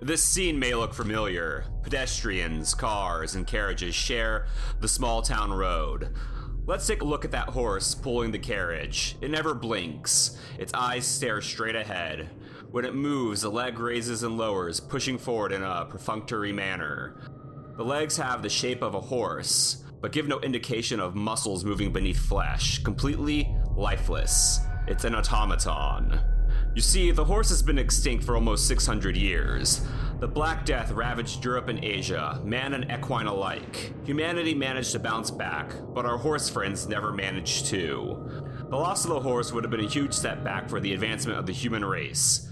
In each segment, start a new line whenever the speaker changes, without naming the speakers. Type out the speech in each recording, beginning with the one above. This scene may look familiar. Pedestrians, cars, and carriages share the small town road. Let's take a look at that horse pulling the carriage. It never blinks, its eyes stare straight ahead. When it moves, the leg raises and lowers, pushing forward in a perfunctory manner. The legs have the shape of a horse, but give no indication of muscles moving beneath flesh, completely lifeless. It's an automaton. You see, the horse has been extinct for almost 600 years. The Black Death ravaged Europe and Asia, man and equine alike. Humanity managed to bounce back, but our horse friends never managed to. The loss of the horse would have been a huge setback for the advancement of the human race.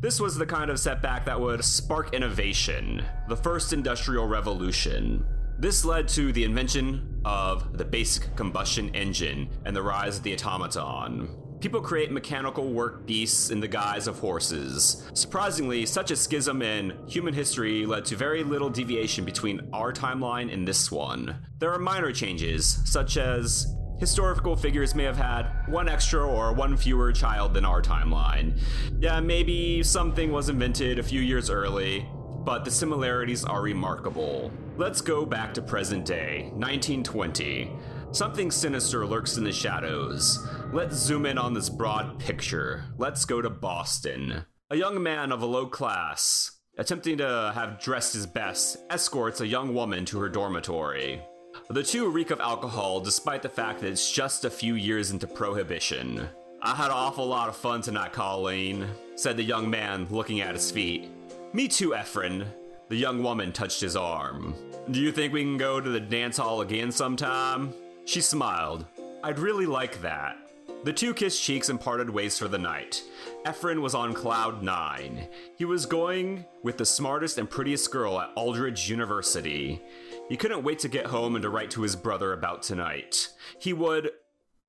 This was the kind of setback that would spark innovation, the first industrial revolution. This led to the invention of the basic combustion engine and the rise of the automaton. People create mechanical work beasts in the guise of horses. Surprisingly, such a schism in human history led to very little deviation between our timeline and this one. There are minor changes, such as historical figures may have had one extra or one fewer child than our timeline. Yeah, maybe something was invented a few years early, but the similarities are remarkable. Let's go back to present day, 1920. Something sinister lurks in the shadows. Let's zoom in on this broad picture. Let's go to Boston. A young man of a low class, attempting to have dressed his best, escorts a young woman to her dormitory. The two reek of alcohol despite the fact that it's just a few years into prohibition. I had an awful lot of fun tonight, Colleen, said the young man, looking at his feet. Me too, Efren. The young woman touched his arm. Do you think we can go to the dance hall again sometime? She smiled. I'd really like that. The two kissed cheeks and parted ways for the night. Efren was on cloud nine. He was going with the smartest and prettiest girl at Aldridge University. He couldn't wait to get home and to write to his brother about tonight. He would.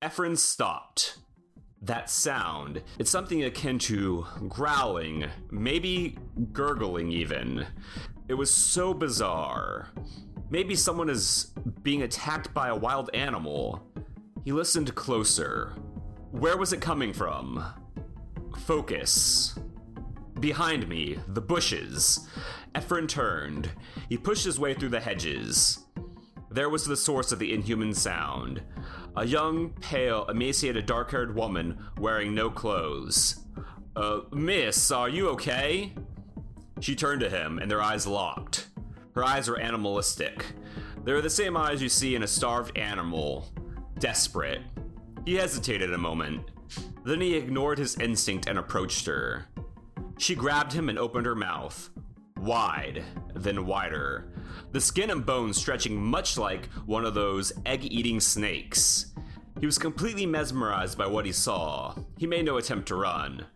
Efren stopped. That sound. It's something akin to growling, maybe gurgling even. It was so bizarre. Maybe someone is being attacked by a wild animal. He listened closer. Where was it coming from? Focus. Behind me, the bushes. Efren turned. He pushed his way through the hedges. There was the source of the inhuman sound a young, pale, emaciated, dark haired woman wearing no clothes. Uh, miss, are you okay? She turned to him, and their eyes locked. Her eyes were animalistic. They were the same eyes you see in a starved animal. Desperate. He hesitated a moment. Then he ignored his instinct and approached her. She grabbed him and opened her mouth. Wide, then wider. The skin and bones stretching much like one of those egg eating snakes. He was completely mesmerized by what he saw. He made no attempt to run.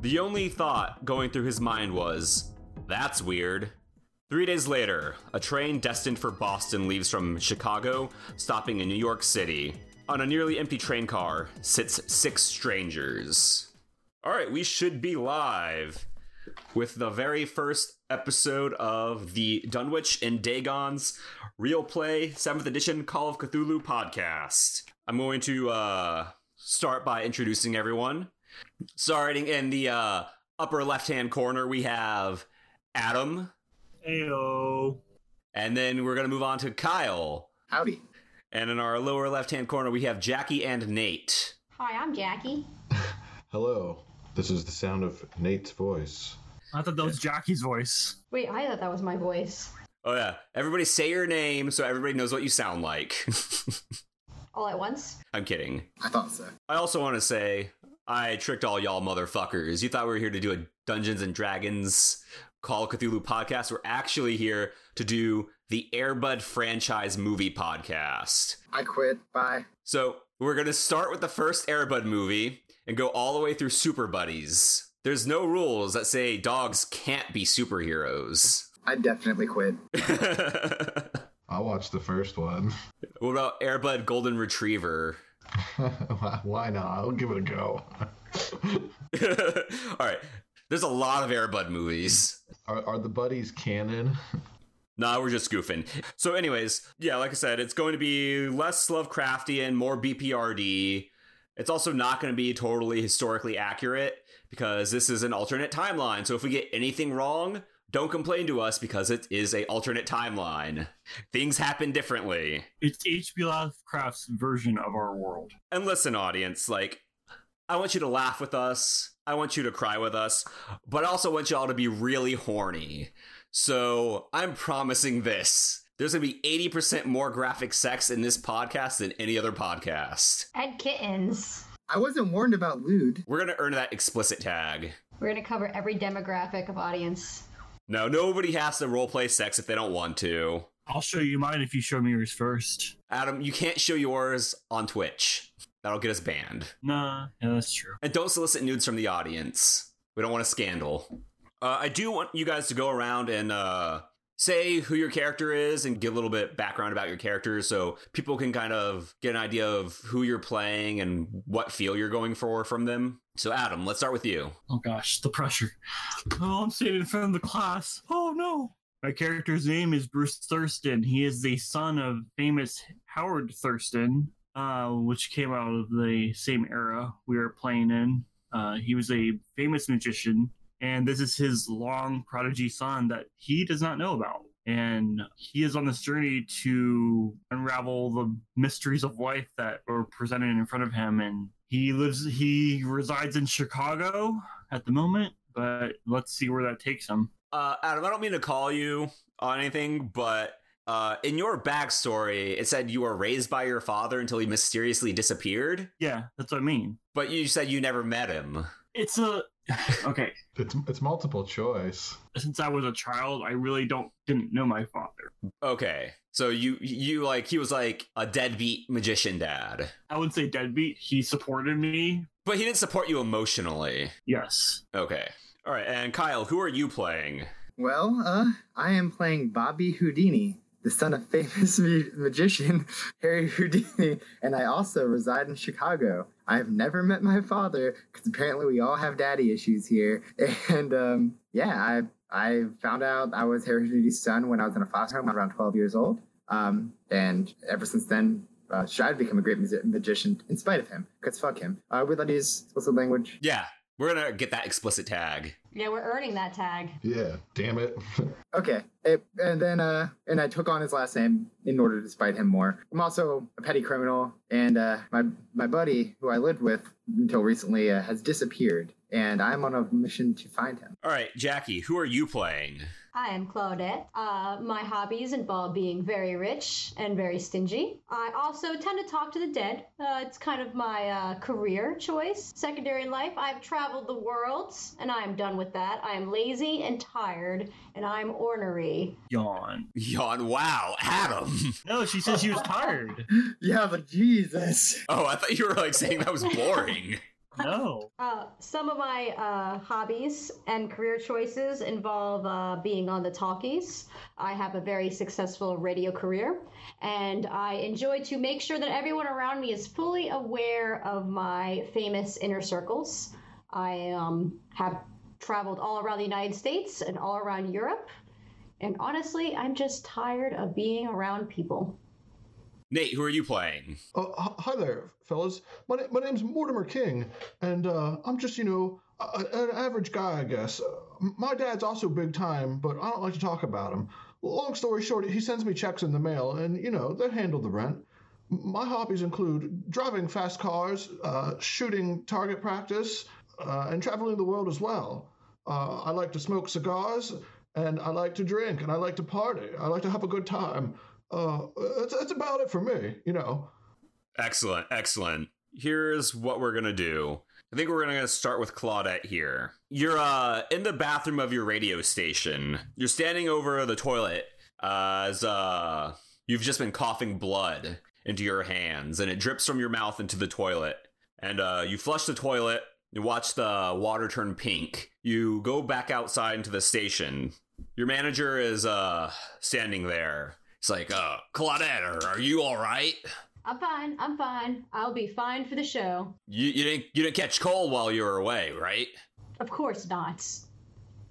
The only thought going through his mind was, that's weird. Three days later, a train destined for Boston leaves from Chicago, stopping in New York City. On a nearly empty train car sits six strangers. All right, we should be live with the very first episode of the Dunwich and Dagon's Real Play 7th Edition Call of Cthulhu podcast. I'm going to uh, start by introducing everyone. Starting in the uh, upper left hand corner, we have Adam,
Ayo.
and then we're going to move on to Kyle.
Howdy.
And in our lower left hand corner, we have Jackie and Nate.
Hi, I'm Jackie.
Hello. This is the sound of Nate's voice.
I thought that was Jockey's voice.
Wait, I thought that was my voice.
Oh, yeah. Everybody say your name so everybody knows what you sound like.
All at once?
I'm kidding.
I thought so.
I also want to say I tricked all y'all motherfuckers. You thought we were here to do a Dungeons and Dragons Call of Cthulhu podcast. We're actually here to do the Airbud franchise movie podcast.
I quit. Bye.
So we're going to start with the first Airbud movie and go all the way through Super Buddies. There's no rules that say dogs can't be superheroes.
I definitely quit.
what
I watched the first one.
about Airbud Golden Retriever?
Why not? I'll give it a go.
all right. There's a lot of Airbud movies.
are, are the buddies canon?
Nah, we're just goofing. So, anyways, yeah, like I said, it's going to be less Lovecraftian, more BPRD. It's also not going to be totally historically accurate because this is an alternate timeline. So, if we get anything wrong, Don't complain to us because it is a alternate timeline. Things happen differently.
It's H.P. Lovecraft's version of our world.
And listen, audience, like, I want you to laugh with us. I want you to cry with us. But I also want y'all to be really horny. So I'm promising this. There's going to be 80% more graphic sex in this podcast than any other podcast.
And kittens.
I wasn't warned about lewd.
We're going to earn that explicit tag.
We're going to cover every demographic of audience.
No, nobody has to roleplay sex if they don't want to.
I'll show you mine if you show me yours first.
Adam, you can't show yours on Twitch. That'll get us banned.
Nah, yeah, that's true.
And don't solicit nudes from the audience. We don't want a scandal. Uh, I do want you guys to go around and uh, say who your character is and give a little bit background about your character so people can kind of get an idea of who you're playing and what feel you're going for from them. So, Adam, let's start with you.
Oh gosh, the pressure. Oh, I'm standing in front of the class. Oh no. My character's name is Bruce Thurston. He is the son of famous Howard Thurston, uh, which came out of the same era we were playing in. Uh, he was a famous magician, and this is his long prodigy son that he does not know about. And he is on this journey to unravel the mysteries of life that were presented in front of him. And he lives, he resides in Chicago at the moment, but let's see where that takes him.
Uh, Adam, I don't mean to call you on anything, but uh, in your backstory, it said you were raised by your father until he mysteriously disappeared,
Yeah, that's what I mean.
but you said you never met him.
It's a, okay.
It's it's multiple choice.
Since I was a child, I really don't, didn't know my father.
Okay. So you you like he was like a deadbeat magician dad.
I wouldn't say deadbeat. He supported me.
But he didn't support you emotionally.
Yes.
Okay. All right, and Kyle, who are you playing?
Well, uh, I am playing Bobby Houdini, the son of famous ma- magician Harry Houdini, and I also reside in Chicago. I have never met my father because apparently we all have daddy issues here. And um, yeah, I I found out I was Harry Houdini's son when I was in a foster home around 12 years old. Um, and ever since then, uh, strived to become a great music- magician in spite of him because fuck him. Uh, we let to use explicit language.
Yeah, we're gonna get that explicit tag.
Yeah, we're earning that tag.
Yeah, damn it.
Okay. It, and then, uh, and I took on his last name in order to spite him more. I'm also a petty criminal, and uh, my my buddy, who I lived with until recently, uh, has disappeared, and I'm on a mission to find him.
All right, Jackie, who are you playing?
I am Claudette. Uh, my hobbies involve being very rich and very stingy. I also tend to talk to the dead. Uh, it's kind of my uh, career choice. Secondary in life, I've traveled the world and I am done with that. I am lazy and tired and I'm ornery.
Yawn.
Yawn. Wow, Adam.
No, she said she was tired.
Yeah, but Jesus.
Oh, I thought you were like saying that was boring.
No.
Uh, some of my uh, hobbies and career choices involve uh, being on the talkies. I have a very successful radio career, and I enjoy to make sure that everyone around me is fully aware of my famous inner circles. I um, have traveled all around the United States and all around Europe, and honestly, I'm just tired of being around people.
Nate, who are you playing?
Oh, h- hi there, fellas. My, na- my name's Mortimer King, and uh, I'm just, you know, a, a- an average guy, I guess. Uh, m- my dad's also big time, but I don't like to talk about him. Long story short, he sends me checks in the mail, and, you know, they handle the rent. M- My hobbies include driving fast cars, uh, shooting target practice, uh, and traveling the world as well. Uh, I like to smoke cigars, and I like to drink, and I like to party. I like to have a good time. Uh, that's, that's about it for me, you know.
Excellent, excellent. Here's what we're gonna do. I think we're gonna start with Claudette here. You're uh in the bathroom of your radio station. You're standing over the toilet uh, as uh you've just been coughing blood into your hands, and it drips from your mouth into the toilet. And uh, you flush the toilet. You watch the water turn pink. You go back outside into the station. Your manager is uh standing there. It's like, uh, Claudette, are- are you all right?
I'm fine. I'm fine. I'll be fine for the show.
You, you didn't you didn't catch cold while you were away, right?
Of course not.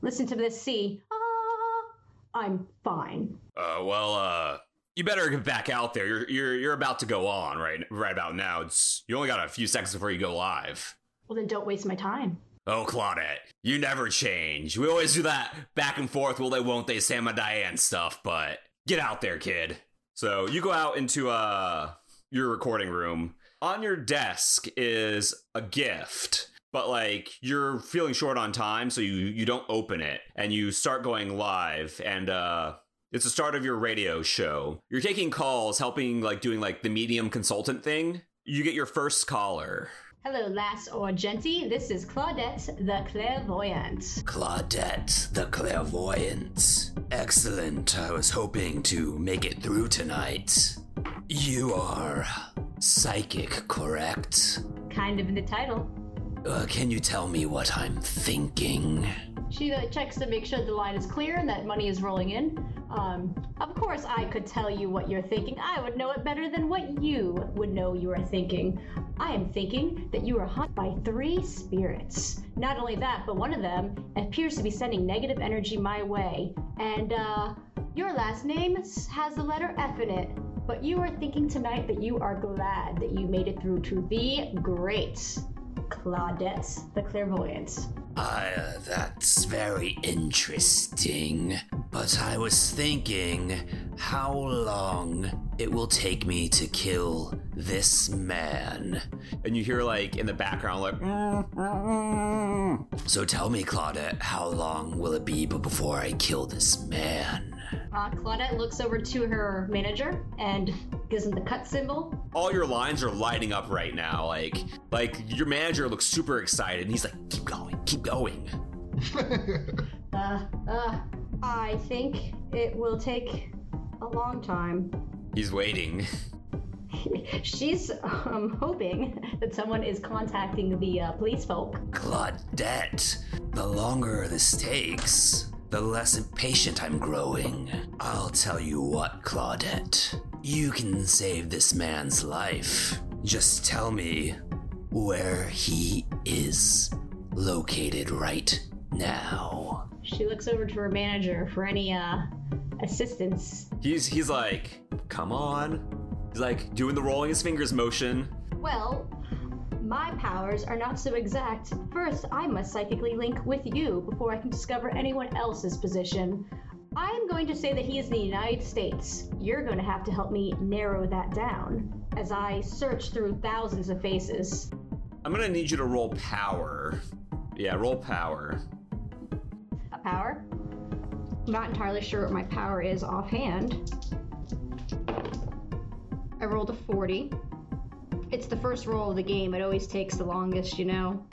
Listen to this C. Ah, I'm fine.
Uh, well, uh, you better get back out there. You're you're you're about to go on right right about now. It's you only got a few seconds before you go live.
Well, then don't waste my time.
Oh, Claudette, you never change. We always do that back and forth, will they, won't they, Sam and Diane stuff, but get out there, kid. So you go out into uh, your recording room. On your desk is a gift, but like you're feeling short on time, so you, you don't open it and you start going live and uh, it's the start of your radio show. You're taking calls, helping like doing like the medium consultant thing. You get your first caller.
Hello, lass or genty. This is Claudette the Clairvoyant.
Claudette the Clairvoyant. Excellent. I was hoping to make it through tonight. You are psychic, correct?
Kind of in the title.
Uh, can you tell me what I'm thinking?
She uh, checks to make sure the line is clear and that money is rolling in. Um, of course, I could tell you what you're thinking. I would know it better than what you would know you are thinking. I am thinking that you are haunted by three spirits. Not only that, but one of them appears to be sending negative energy my way. And uh, your last name s- has the letter F in it. But you are thinking tonight that you are glad that you made it through to the great Claudette the Clairvoyant.
Uh, that's very interesting. But I was thinking how long it will take me to kill this man. And you hear, like, in the background, like, so tell me, Claudette, how long will it be before I kill this man?
Uh, Claudette looks over to her manager and gives him the cut symbol.
all your lines are lighting up right now. Like, like your manager looks super excited, and he's like, "Keep going, keep going."
Uh, uh, I think it will take a long time.
He's waiting.
She's um, hoping that someone is contacting the uh, police folk.
Claudette, the longer this takes, the less impatient I'm growing. I'll tell you what, Claudette, you can save this man's life. Just tell me where he is located right now.
She looks over to her manager for any uh, assistance.
He's he's like, come on. He's like doing the rolling his fingers motion.
Well, my powers are not so exact. First, I must psychically link with you before I can discover anyone else's position. I am going to say that he is in the United States. You're going to have to help me narrow that down as I search through thousands of faces.
I'm gonna need you to roll power. Yeah, roll power.
A power? I'm not entirely sure what my power is offhand. I rolled a 40. It's the first roll of the game. It always takes the longest, you know.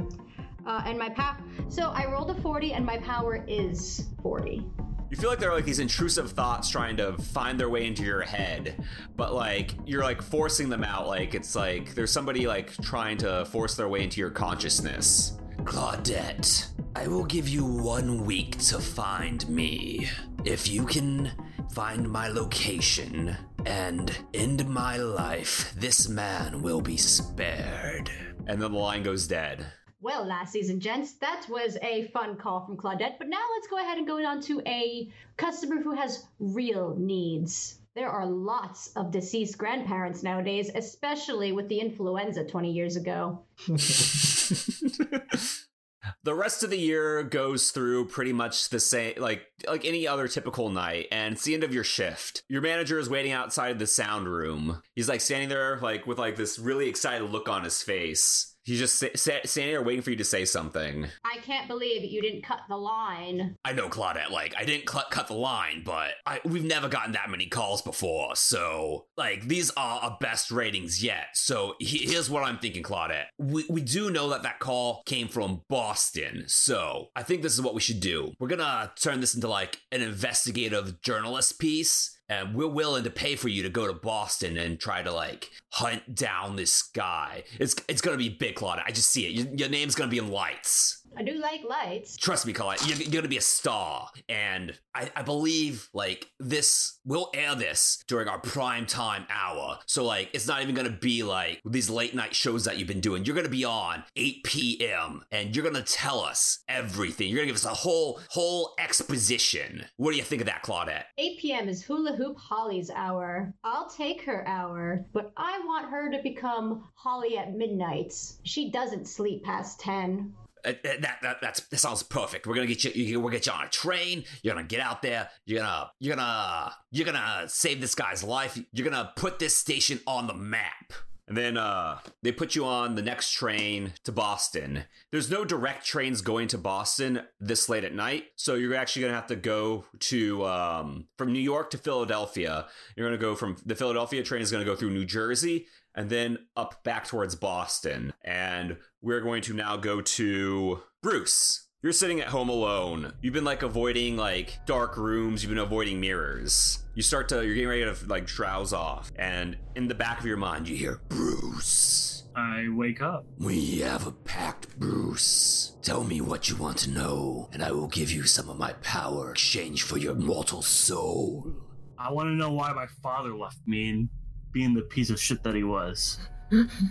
Uh, and my power. So I rolled a 40, and my power is 40.
You feel like there are like these intrusive thoughts trying to find their way into your head, but like you're like forcing them out. Like it's like there's somebody like trying to force their way into your consciousness. Claudette, I will give you one week to find me. If you can find my location and end my life, this man will be spared. And then the line goes dead.
Well, lassies and gents, that was a fun call from Claudette, but now let's go ahead and go on to a customer who has real needs. There are lots of deceased grandparents nowadays, especially with the influenza 20 years ago.
the rest of the year goes through pretty much the same like like any other typical night and it's the end of your shift your manager is waiting outside the sound room he's like standing there like with like this really excited look on his face he's just sa- sa- standing there waiting for you to say something
I can't believe you didn't cut the line.
i know claudette like i didn't cl- cut the line but I, we've never gotten that many calls before so like these are our best ratings yet so he- here's what i'm thinking claudette we, we do know that that call came from boston so i think this is what we should do we're gonna turn this into like an investigative journalist piece and we're willing to pay for you to go to Boston and try to like hunt down this guy. It's it's gonna be big, Claudette. I just see it. Your, your name's gonna be in lights
I do like lights.
trust me, Colette, you're, you're gonna be a star. And I, I believe like this, we'll air this during our prime time hour. So like, it's not even gonna be like these late night shows that you've been doing. You're gonna be on 8 p.m. and you're gonna tell us everything. You're gonna give us a whole whole exposition. What do you think of that, Claudette?
8 p.m. is Hula Hoop Holly's hour. I'll take her hour, but I want her to become Holly at midnight. She doesn't sleep past 10.
Uh, uh, that, that that's that sounds perfect. We're gonna get you, you. We're gonna get you on a train. You're gonna get out there. You're gonna you're gonna you're gonna save this guy's life. You're gonna put this station on the map. And then uh, they put you on the next train to Boston. There's no direct trains going to Boston this late at night, so you're actually gonna have to go to um, from New York to Philadelphia. You're gonna go from the Philadelphia train is gonna go through New Jersey, and then up back towards Boston. And we're going to now go to Bruce. You're sitting at home alone. You've been like avoiding like dark rooms, you've been avoiding mirrors. You start to you're getting ready to like drowse off, and in the back of your mind you hear Bruce.
I wake up.
We have a pact, Bruce. Tell me what you want to know, and I will give you some of my power in exchange for your mortal soul.
I want to know why my father left me and being the piece of shit that he was.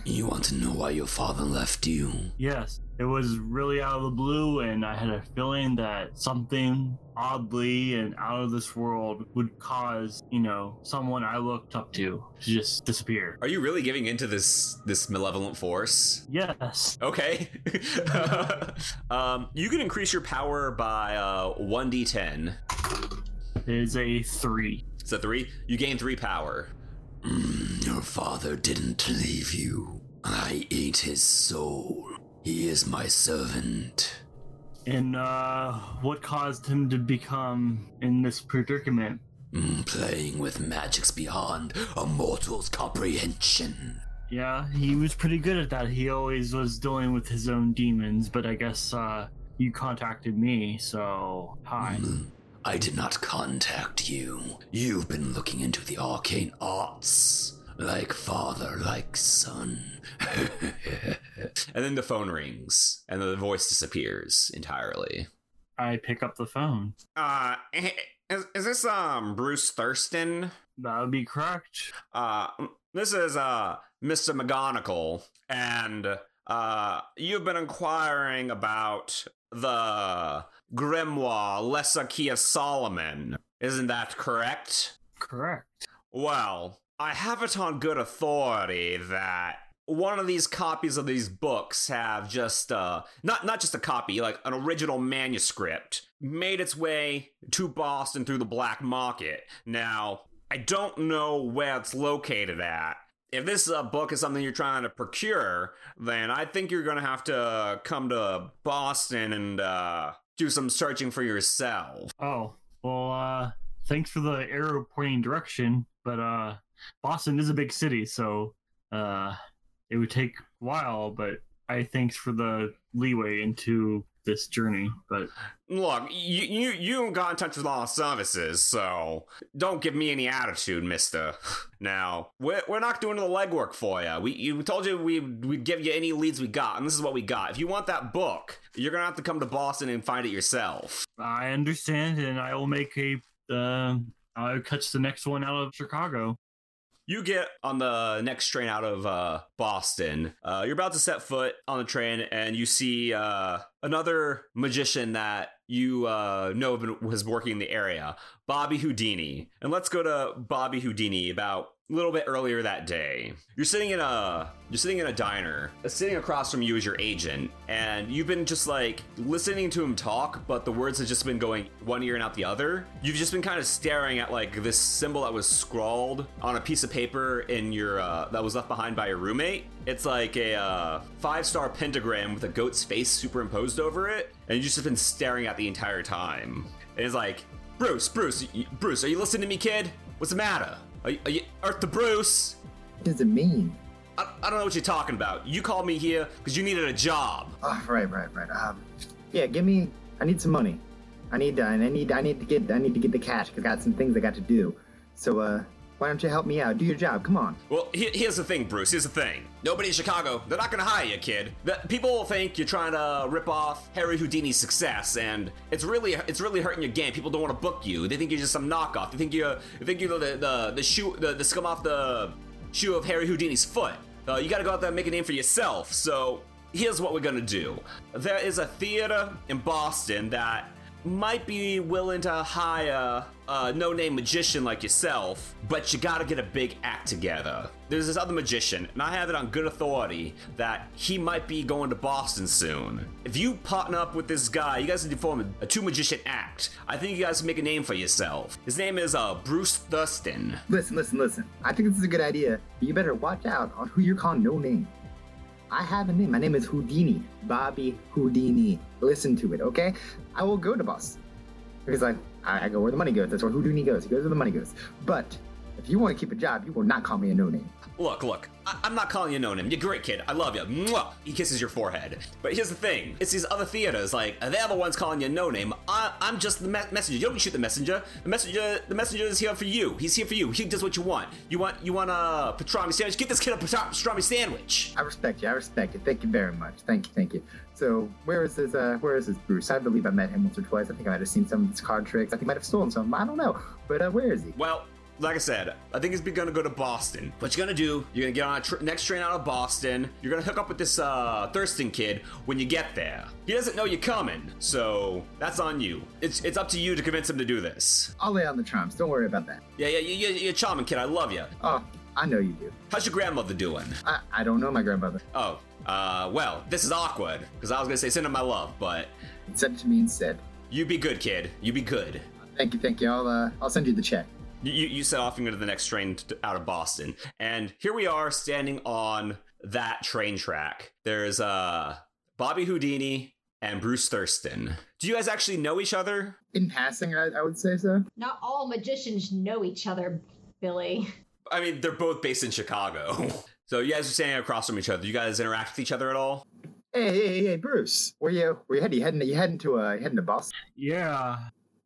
You want to know why your father left you?
Yes, it was really out of the blue, and I had a feeling that something oddly and out of this world would cause, you know, someone I looked up to to just disappear.
Are you really giving into this this malevolent force?
Yes.
Okay. um, you can increase your power by uh, 1d10.
It is a three.
Is that three? You gain three power. Mm, your father didn't leave you. I ate his soul. He is my servant.
And uh, what caused him to become in this predicament?
Mm, playing with magics beyond a mortal's comprehension.
Yeah, he was pretty good at that. He always was dealing with his own demons, but I guess uh, you contacted me, so hi.
Mm-hmm. Hmm. I did not contact you. You've been looking into the arcane arts. Like father, like son. and then the phone rings, and the voice disappears entirely.
I pick up the phone.
Uh, is, is this, um, Bruce Thurston?
That would be correct.
Uh, this is, uh, Mr. McGonagall, and, uh, you've been inquiring about the grimoire Lesser Key of Solomon. Isn't that correct?
Correct.
Well, I have it on good authority that one of these copies of these books have just uh not not just a copy, like an original manuscript made its way to Boston through the black market. Now, I don't know where it's located at. If this uh, book is something you're trying to procure, then I think you're going to have to come to Boston and uh, do some searching for yourself.
Oh, well, uh, thanks for the arrow pointing direction, but uh, Boston is a big city, so uh, it would take a while, but I thanks for the leeway into this journey. But
Look, you you you got in touch with law services, so don't give me any attitude, Mister. Now we're we're not doing the legwork for you. We you we told you we we'd give you any leads we got, and this is what we got. If you want that book, you're gonna have to come to Boston and find it yourself.
I understand, and I will make a. um I'll catch the next one out of Chicago.
You get on the next train out of uh, Boston. Uh, you're about to set foot on the train, and you see uh, another magician that you uh, know have been, was working in the area, Bobby Houdini. And let's go to Bobby Houdini about a little bit earlier that day. You're sitting in a you're sitting in a diner. Sitting across from you is your agent, and you've been just like listening to him talk, but the words have just been going one ear and out the other. You've just been kind of staring at like this symbol that was scrawled on a piece of paper in your uh, that was left behind by your roommate. It's like a uh, five star pentagram with a goat's face superimposed over it, and you've just been staring at the entire time. And it's like, Bruce, Bruce, y- Bruce, are you listening to me, kid? What's the matter? Are you, are you Earth to Bruce?
What does it mean?
I, I don't know what you're talking about. You called me here because you needed a job.
Oh, right, right, right. Um, yeah, give me. I need some money. I need. Uh, I need. I need to get. I need to get the cash. Cause I got some things I got to do. So, uh, why don't you help me out? Do your job. Come on.
Well, he- here's the thing, Bruce. Here's the thing. Nobody in Chicago, they're not gonna hire you, kid. The- people will think you're trying to rip off Harry Houdini's success, and it's really it's really hurting your game. People don't want to book you. They think you're just some knockoff. They think you're they think you're the the, the shoe the, the scum off the shoe of Harry Houdini's foot. Uh, you gotta go out there and make a name for yourself. So here's what we're gonna do. There is a theater in Boston that might be willing to hire a no name magician like yourself, but you gotta get a big act together. There's this other magician, and I have it on good authority that he might be going to Boston soon. If you partner up with this guy, you guys need to form a two magician act. I think you guys can make a name for yourself. His name is uh, Bruce Thurston.
Listen, listen, listen. I think this is a good idea, but you better watch out on who you're calling no name. I have a name. My name is Houdini. Bobby Houdini. Listen to it, okay? I will go to Boston. Because like I, I go where the money goes. That's where Houdini goes. He goes where the money goes. But if you want to keep a job, you will not call me a no name.
Look, look, I- I'm not calling you no name. You're a great kid. I love you. Mwah! He kisses your forehead. But here's the thing it's these other theaters, like, they're the ones calling you no name. I- I'm just the me- messenger. You don't shoot the messenger. The messenger the messenger is here for you. He's here for you. He does what you want. You want you want a pastrami sandwich? Get this kid a patra- pastrami sandwich.
I respect you. I respect you. Thank you very much. Thank you. Thank you. So where is this? Uh, where is this Bruce? I believe I met him once or twice. I think I might have seen some of his card tricks. I think I might have stolen some. I don't know. But uh, where is he?
Well, like I said, I think he's going to go to Boston. What you're going to do, you're going to get on a tr- next train out of Boston. You're going to hook up with this uh, Thurston kid when you get there. He doesn't know you're coming, so that's on you. It's, it's up to you to convince him to do this.
I'll lay on the charms. Don't worry about that.
Yeah, yeah, you, you- you're charming, kid. I love you.
Oh, I know you do.
How's your grandmother doing?
I, I don't know my grandmother.
Oh, uh, well, this is awkward because I was gonna say send her my love, but
He said it to me instead.
you be good, kid. You be good.
Thank you. Thank you. I'll uh, I'll send you the check.
You, you, you set off and go to the next train t- out of Boston, and here we are standing on that train track. There's uh Bobby Houdini and Bruce Thurston. Do you guys actually know each other?
In passing, I, I would say so.
Not all magicians know each other, Billy.
I mean, they're both based in Chicago, so you guys are standing across from each other. You guys interact with each other at all?
Hey, hey, hey, hey, Bruce. Where you where you heading? You heading you heading to uh you heading to Boston?
Yeah,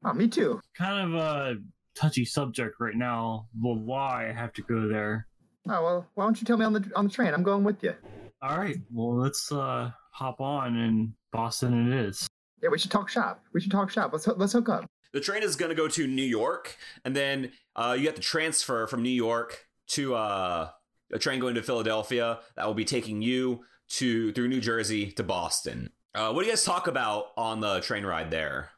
Oh, me too.
kind of a touchy subject right now. Well, why I have to go there?
Oh well, why don't you tell me on the on the train? I'm going with you.
All right, well let's uh hop on and Boston it is.
Yeah, we should talk shop. We should talk shop. Let's hoo- let's hook up.
the train is going to go to New York, and then uh, you have to transfer from New York to uh, a train going to Philadelphia that will be taking you to through New Jersey to Boston. Uh, what do you guys talk about on the train ride there?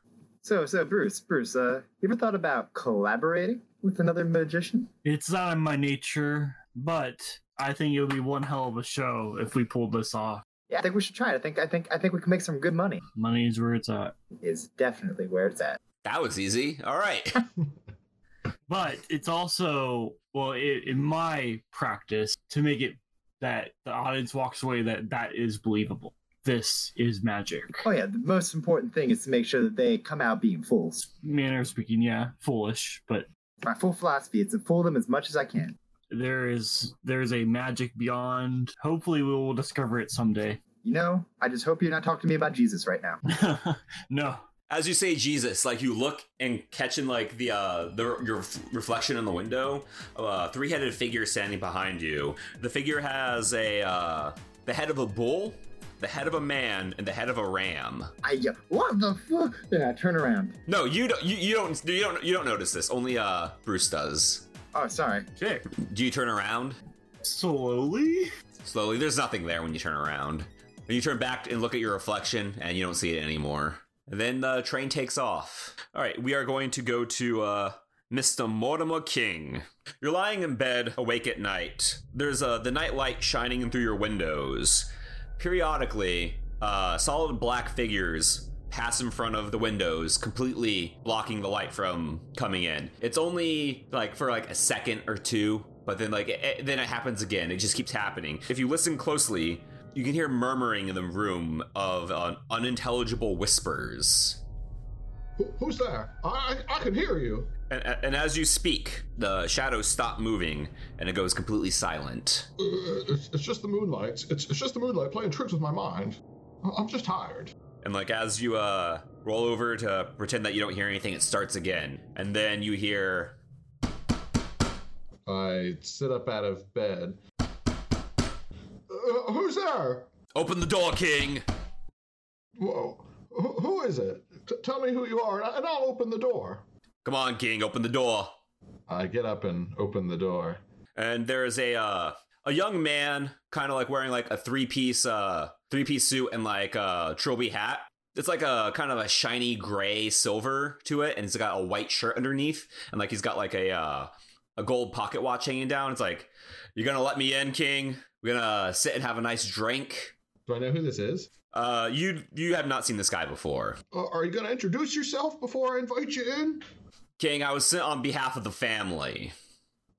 So so Bruce, Bruce, uh, you ever thought about collaborating with another magician?
It's not in my nature, but I think it'll be one hell of a show if we pull this off.
Yeah, I think we should try it. I think I think I think we can make some good money.
Money's where it's at.
Is definitely where it's at.
That was easy. All right.
but it's also well i in my practice to make it that the audience walks away that that is believable this is magic
Oh yeah, the most important thing is to make sure that they come out being fools.
manner of speaking yeah foolish but
My full philosophy is to fool them as much as I can.
there is there's a magic beyond hopefully we will discover it someday
You know, I just hope you're not talking to me about Jesus right now.
no
As you say Jesus, like you look and catching like the uh the your reflection in the window, uh, three-headed figure standing behind you. The figure has a uh, the head of a bull, the head of a man, and the head of a ram.
I yell, what the fuck? Yeah, I turn around.
No, you don't. You, you don't. You don't. You don't notice this. Only uh, Bruce does.
Oh, sorry.
sure
Do you turn around
slowly
slowly? There's nothing there when you turn around. When you turn back and look at your reflection, and you don't see it anymore. And then the train takes off. All right, we are going to go to uh, Mr. Mortimer King. You're lying in bed, awake at night. There's uh, the night light shining in through your windows. Periodically, uh, solid black figures pass in front of the windows, completely blocking the light from coming in. It's only like for like a second or two, but then like it, it- then it happens again. It just keeps happening. If you listen closely, you can hear murmuring in the room of uh, unintelligible whispers.
Who, who's there? I, I I can hear you.
And, and as you speak, the shadows stop moving and it goes completely silent.
Uh, It's, it's just the moonlight. It's, it's just the moonlight playing tricks with my mind. I- I'm just tired.
And like as you uh roll over to pretend that you don't hear anything, it starts again. And then you hear
I sit up out of bed. Uh, who's there?
Open the door, King!
Whoa. Who, who is it? T- tell me who you are, and, I, and I'll open the door.
Come on, King, open the door.
I get up and open the door.
And there is a uh a young man, kind of like wearing like a three piece uh three piece suit and like a trilby hat. it's like a kind of a shiny gray silver to it, and it's got a white shirt underneath, and like he's got like a uh, a gold pocket watch hanging down. It's like, you're gonna let me in, King. We're gonna sit and have a nice drink.
Do I know who this is?
Uh, you you have not seen this guy before,
Uh, are you going to introduce yourself before I invite you in?
King. I was sent on behalf of the family.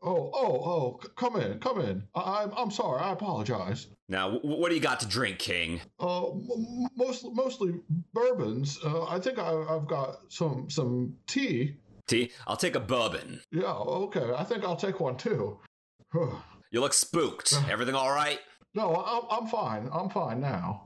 Oh, oh, oh! c- Come in, come in. I- I'm, I'm sorry. I apologize.
Now, w- what do you got to drink, King?
Uh, m- mostly, mostly bourbons. Uh, I think I, I've got some, some tea.
Tea. I'll take a bourbon.
Yeah, okay. I think I'll take one too. no,
You look spooked. Everything all right?
I'm, I'm fine. I'm fine now.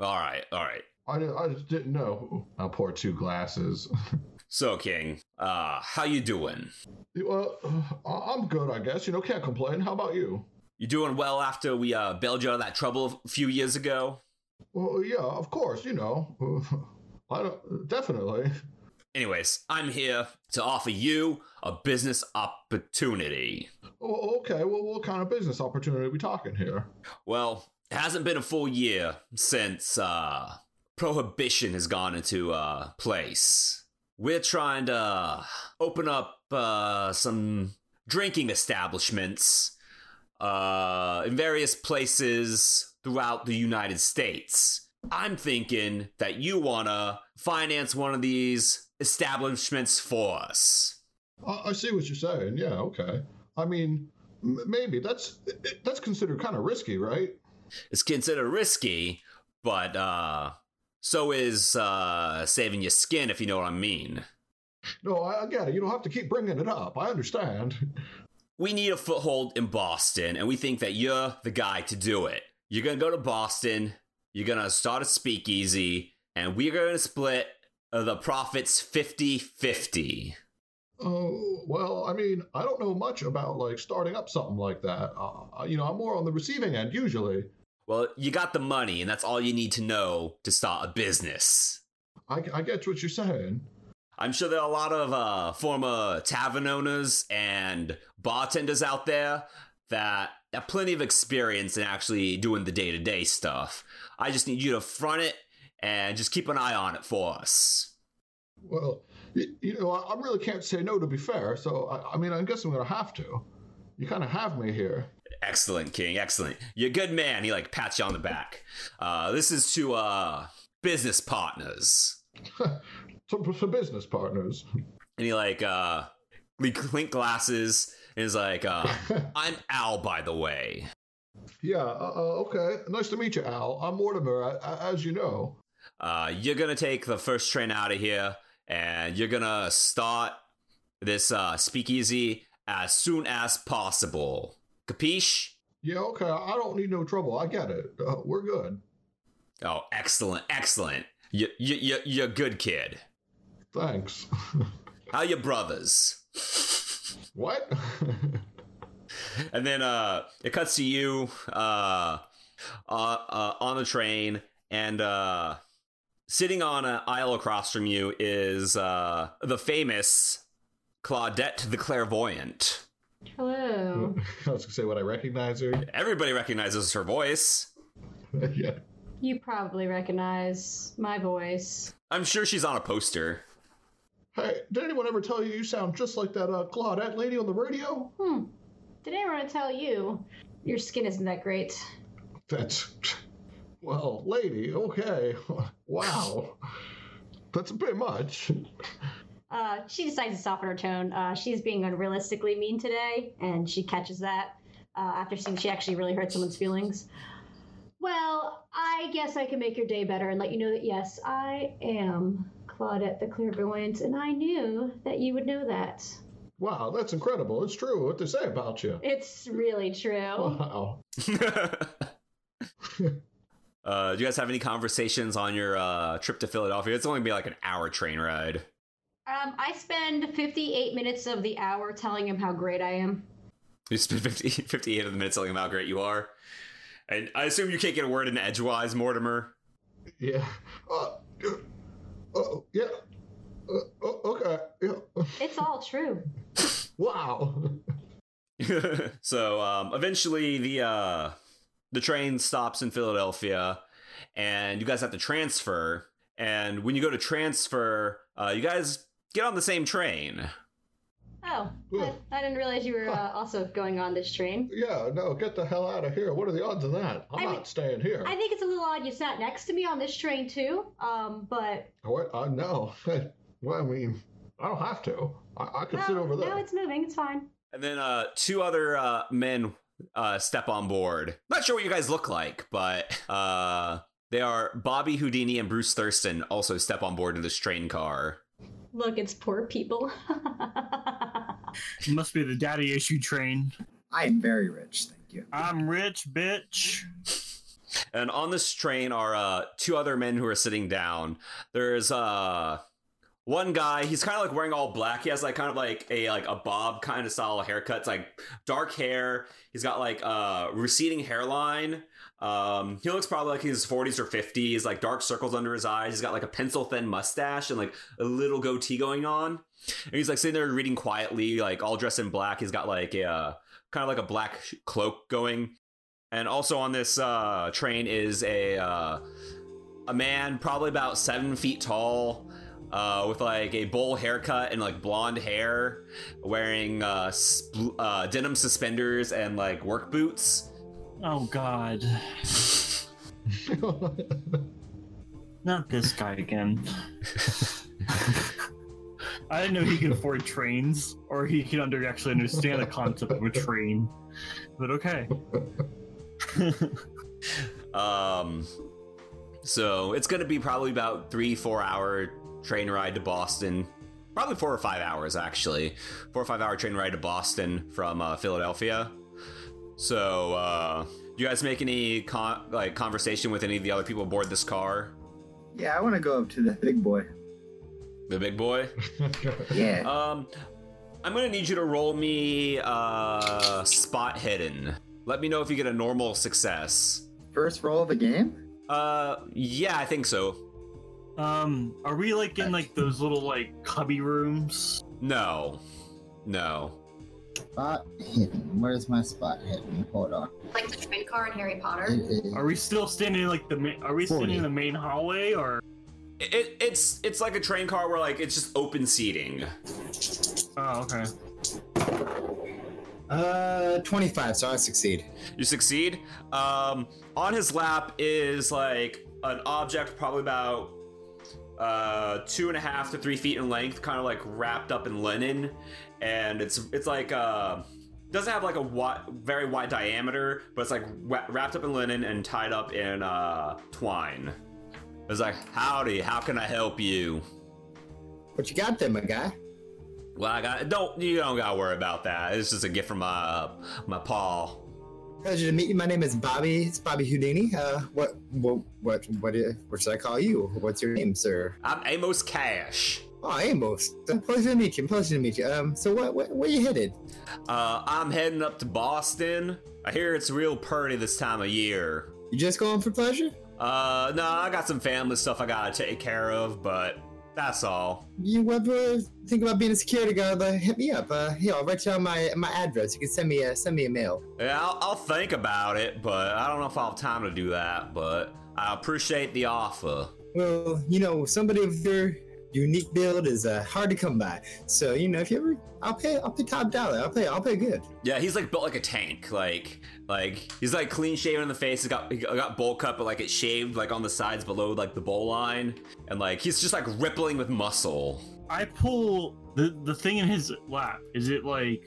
All right, all right.
I, di- I just didn't know. I'll pour two glasses.
So, King, uh, how you doing?
well, I- I'm good, I guess. You know, can't complain. How about you?
You doing well after we uh, bailed you out of that trouble a few years ago?
Well, yeah, of course. You know, I don't, definitely.
Anyways, I'm here to offer you a business opportunity.
Oh, okay. Well, what kind of business opportunity are we talking here?
Well, it hasn't been a full year since uh, prohibition has gone into uh, place. We're trying to uh, open up uh, some drinking establishments uh, in various places throughout the United States. I'm thinking that you want to finance one of these establishments for us.
I, I see what you're saying. Yeah, okay. I mean, m- maybe that's that's considered kind of risky, right?
It's considered risky, but uh, so is uh, saving your skin, if you know what I mean.
No, I, I get it. You don't have to keep bringing it up. I understand.
we need a foothold in Boston, and we think that you're the guy to do it. You're gonna go to Boston, you're gonna start a speakeasy, and we're gonna split uh, the profits 50 50.
Oh, well, I mean, I don't know much about like starting up something like that. Uh, you know, I'm more on the receiving end usually.
Well, you got the money, and that's all you need to know to start a business.
I, I get what you're saying.
I'm sure there are a lot of uh, former tavern owners and bartenders out there that have plenty of experience in actually doing the day to day stuff. I just need you to front it and just keep an eye on it for us.
Well, you, you know, I, I really can't say no to be fair. So, I, I mean, I guess I'm gonna have to. You kind of have me here.
Excellent, King. Excellent. You're a good man. He like pats you on the back. Uh, this is to uh, business partners,
to, to business partners.
and he like uh, we clink glasses and is like, uh, "I'm Al, by the way.
Yeah, uh, uh, okay. Nice to meet you, Al. I'm Mortimer, a- a- as you know.
Uh, you're gonna take the first train out of here, and you're gonna start this uh, speakeasy as soon as possible. Capiche?"
Yeah, okay. I don't need no trouble. I get it. Uh, we're good.
Oh, excellent, excellent. You, you, you, you're a good kid.
Thanks.
How your brothers?
what?
And then uh, it cuts to you uh, uh, uh, on the train, and uh, sitting on an aisle across from you is uh, the famous Claudette the Clairvoyant.
I
Hello.
was going to say, would I recognize her?
Everybody recognizes her voice.
yeah.
You probably recognize my voice.
I'm sure she's on a poster.
Hey, did anyone ever tell you you sound just like that uh, Claudette lady on the radio?
Hmm. Did anyone tell you your skin isn't that great?
That's. Well, lady, okay. wow. That's a bit much.
Uh, she decides to soften her tone. Uh, she's being unrealistically mean today, and she catches that uh, after seeing she actually really hurt someone's feelings. Well, I guess I can make your day better and let you know that yes, I am Claudette the Clairvoyant, and I knew that you would know that.
Wow, that's incredible. It's true what they say about you.
It's really true.
Wow.
uh, do you guys have any conversations on your uh, trip to Philadelphia? It's only gonna be like an hour train ride.
Um, I spend 58 minutes of the hour telling him how great I am.
You spent 50, 58 of the minutes telling him how great you are. And I assume you can't get a word in edgewise, Mortimer.
Yeah. Uh, oh, yeah. Uh, oh, okay. Yeah.
It's all true.
Wow.
so um, eventually the uh, the train stops in Philadelphia, and you guys have to transfer. And when you go to transfer, uh, you guys get on the same train.
Oh, I,
Good.
I didn't realize you were uh, also going on this train.
Yeah, no, get the hell out of here. What are the odds of that? I'm
I
not
mean-
staying here.
I think it's a little odd you sat next to me on this train too. Um, but
What? Uh, no. well, I mean, I don't have to. I, I can
no,
sit over there.
no, it's moving. It's fine.
And then uh, two other uh, men uh, step on board. Not sure what you guys look like, but uh, they are Bobby Houdini and Bruce Thurston also step on board in this train car.
Look, it's poor people.
It must be the daddy issue train.
I am very rich, thank you.
I'm rich, bitch.
And on this train are uh, two other men who are sitting down. There's uh, one guy. He's kind of like wearing all black. He has like kind of like a like a bob kind of style haircut. It's like dark hair. He's got like uh, receding hairline. Um, he looks probably like he's 40s or 50s. Like dark circles under his eyes. He's got like a pencil thin mustache and like a little goatee going on. And he's like sitting there reading quietly, like all dressed in black. He's got like a uh, kind of like a black cloak going. And also on this uh, train is a uh, a man probably about seven feet tall, uh, with like a bowl haircut and like blonde hair, wearing uh, spl- uh, denim suspenders and like work boots.
Oh God, not this guy again. I didn't know he could afford trains, or he could under actually understand the concept of a train. But okay,
Um, so it's gonna be probably about three four hour train ride to Boston. Probably four or five hours actually, four or five hour train ride to Boston from uh, Philadelphia. So, uh, do you guys make any con- like conversation with any of the other people aboard this car?
Yeah, I want to go up to the big boy.
The big boy.
Yeah.
Um, I'm gonna need you to roll me uh, spot hidden. Let me know if you get a normal success.
First roll of the game?
Uh, yeah, I think so.
um, are we like in like those little like cubby rooms?
No, no.
Spot hidden. Where's my spot hidden? Hold on.
like the train car in Harry Potter.
It is-
Are we still standing in, like the? Ma- are we standing in the main hallway, or
It, it's it's like a train car where like it's just open seating.
oh okay?
Uh, 25, so I succeed.
You succeed. Um, on his lap is like an object probably about uh, two and a half to three feet in length, kind of like wrapped up in linen, and it's it's like uh, doesn't have like a wi- very wide diameter, but it's like wa- wrapped up in linen and tied up in uh, twine. It's like, howdy, how can I help you?
What you got there, my guy?
Well, I got don't you don't gotta worry about that. It's just a gift from my my paw.
Pleasure to meet you. My name is Bobby. It's Bobby Houdini. Uh, what, what, what, what, i- what should I call you? What's your name, sir?
I'm Amos Cash.
Oh, Amos. Uh, Pleasure to meet you. Pleasure to meet you. Um, so what, what, where you headed?
Uh, I'm heading up to Boston. I hear it's real purty this time of year.
You just going for pleasure?
Uh, no, I got some family stuff I gotta take care of, but that's all.
You ever think about being a security guard? Uh, hit me up. Uh, here, I'll write you down my my address. You can send me a send me a mail.
Yeah, I'll, I'll think about it, but I don't know if I'll have time to do that. But I appreciate the offer.
Well, you know, somebody of your unique build is uh, hard to come by. So you know, if you ever, I'll pay. I'll pay top dollar. I'll pay. I'll pay good.
Yeah, he's like built like a tank. Like, like he's like clean shaven in the face. He's got he got bowl cut, but like it's shaved like on the sides below like the bowl line, and like he's just like rippling with muscle.
I pull the the thing in his lap. Is it like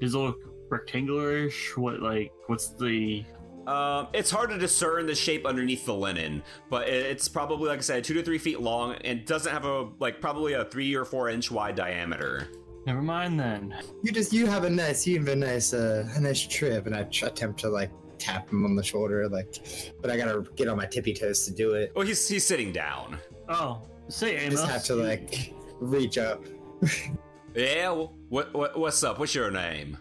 does it look rectangularish? What like what's the
Um, it's hard to discern the shape underneath the linen, but it- it's probably like I said, two to three feet long, and doesn't have a like probably a three or four inch wide diameter.
Never mind then.
You just you have a nice you have a nice uh, a nice trip, and I tr- attempt to like tap him on the shoulder, like, but I gotta get on my tippy toes to do it.
Well, Oh, he's he's sitting down.
Oh, say
I
Amos.
just have to like reach up.
Yeah, wh- what what what's up? What's your name?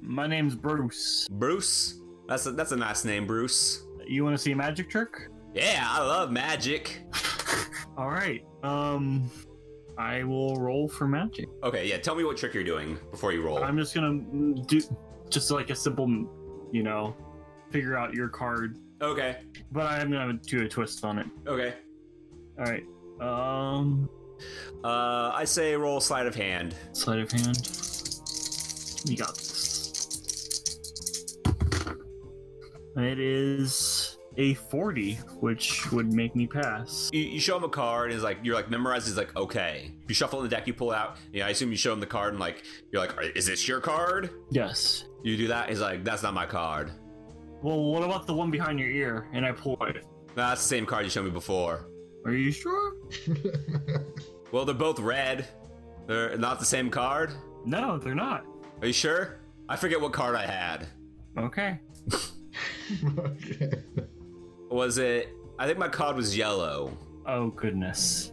My name's Bruce.
Bruce. That's a, that's a nice name, Bruce.
You want to see a magic trick?
Yeah, I love magic.
All right. Um, I will roll for magic.
Okay, yeah. Tell me what trick you're doing before you roll.
I'm just gonna do just like a simple, you know, figure out your card,
Okay.
but I'm gonna do a twist on it.
Okay.
All right. Um,
Uh, I say roll sleight of hand.
sleight of hand. You got this. It is a 40, which would make me pass.
You, you show him a card, and he's like, you're like memorized. He's like, okay. You shuffle in the deck, you pull it out. Yeah, I assume you show him the card, and like, you're like, is this your card?
Yes.
You do that. He's like, that's not my card.
Well, what about the one behind your ear? And I pull it.
Nah, that's the same card you showed me before.
Are you sure?
Well, they're both red. They're not the same card.
No, they're not.
Are you sure? I forget what card I had.
Okay.
okay.
Was it? I think my card was yellow.
Oh, goodness.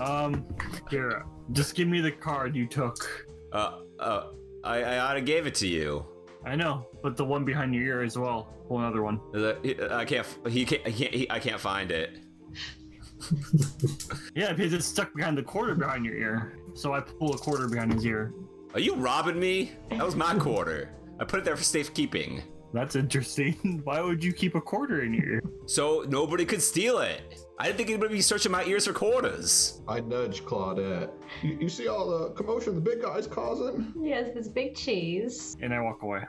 um, here, just give me the card you took.
Uh, uh, I, I oughta gave it to you.
I know, but the one behind your ear as well. Pull another one.
Is that- he- I can't. He can't. He can't he, I can't find it.
Yeah, because it's stuck behind the quarter behind your ear. So I pull a quarter behind his ear.
Are you robbing me? That was my quarter. I put it there for safekeeping,
That's interesting. Why would you keep a quarter in your ear?
so nobody could steal it. I didn't think anybody would be searching my ears for quarters.
I nudge Claudette. You, you see all the commotion the big guy's causing?
Yes, this big cheese.
And I walk away.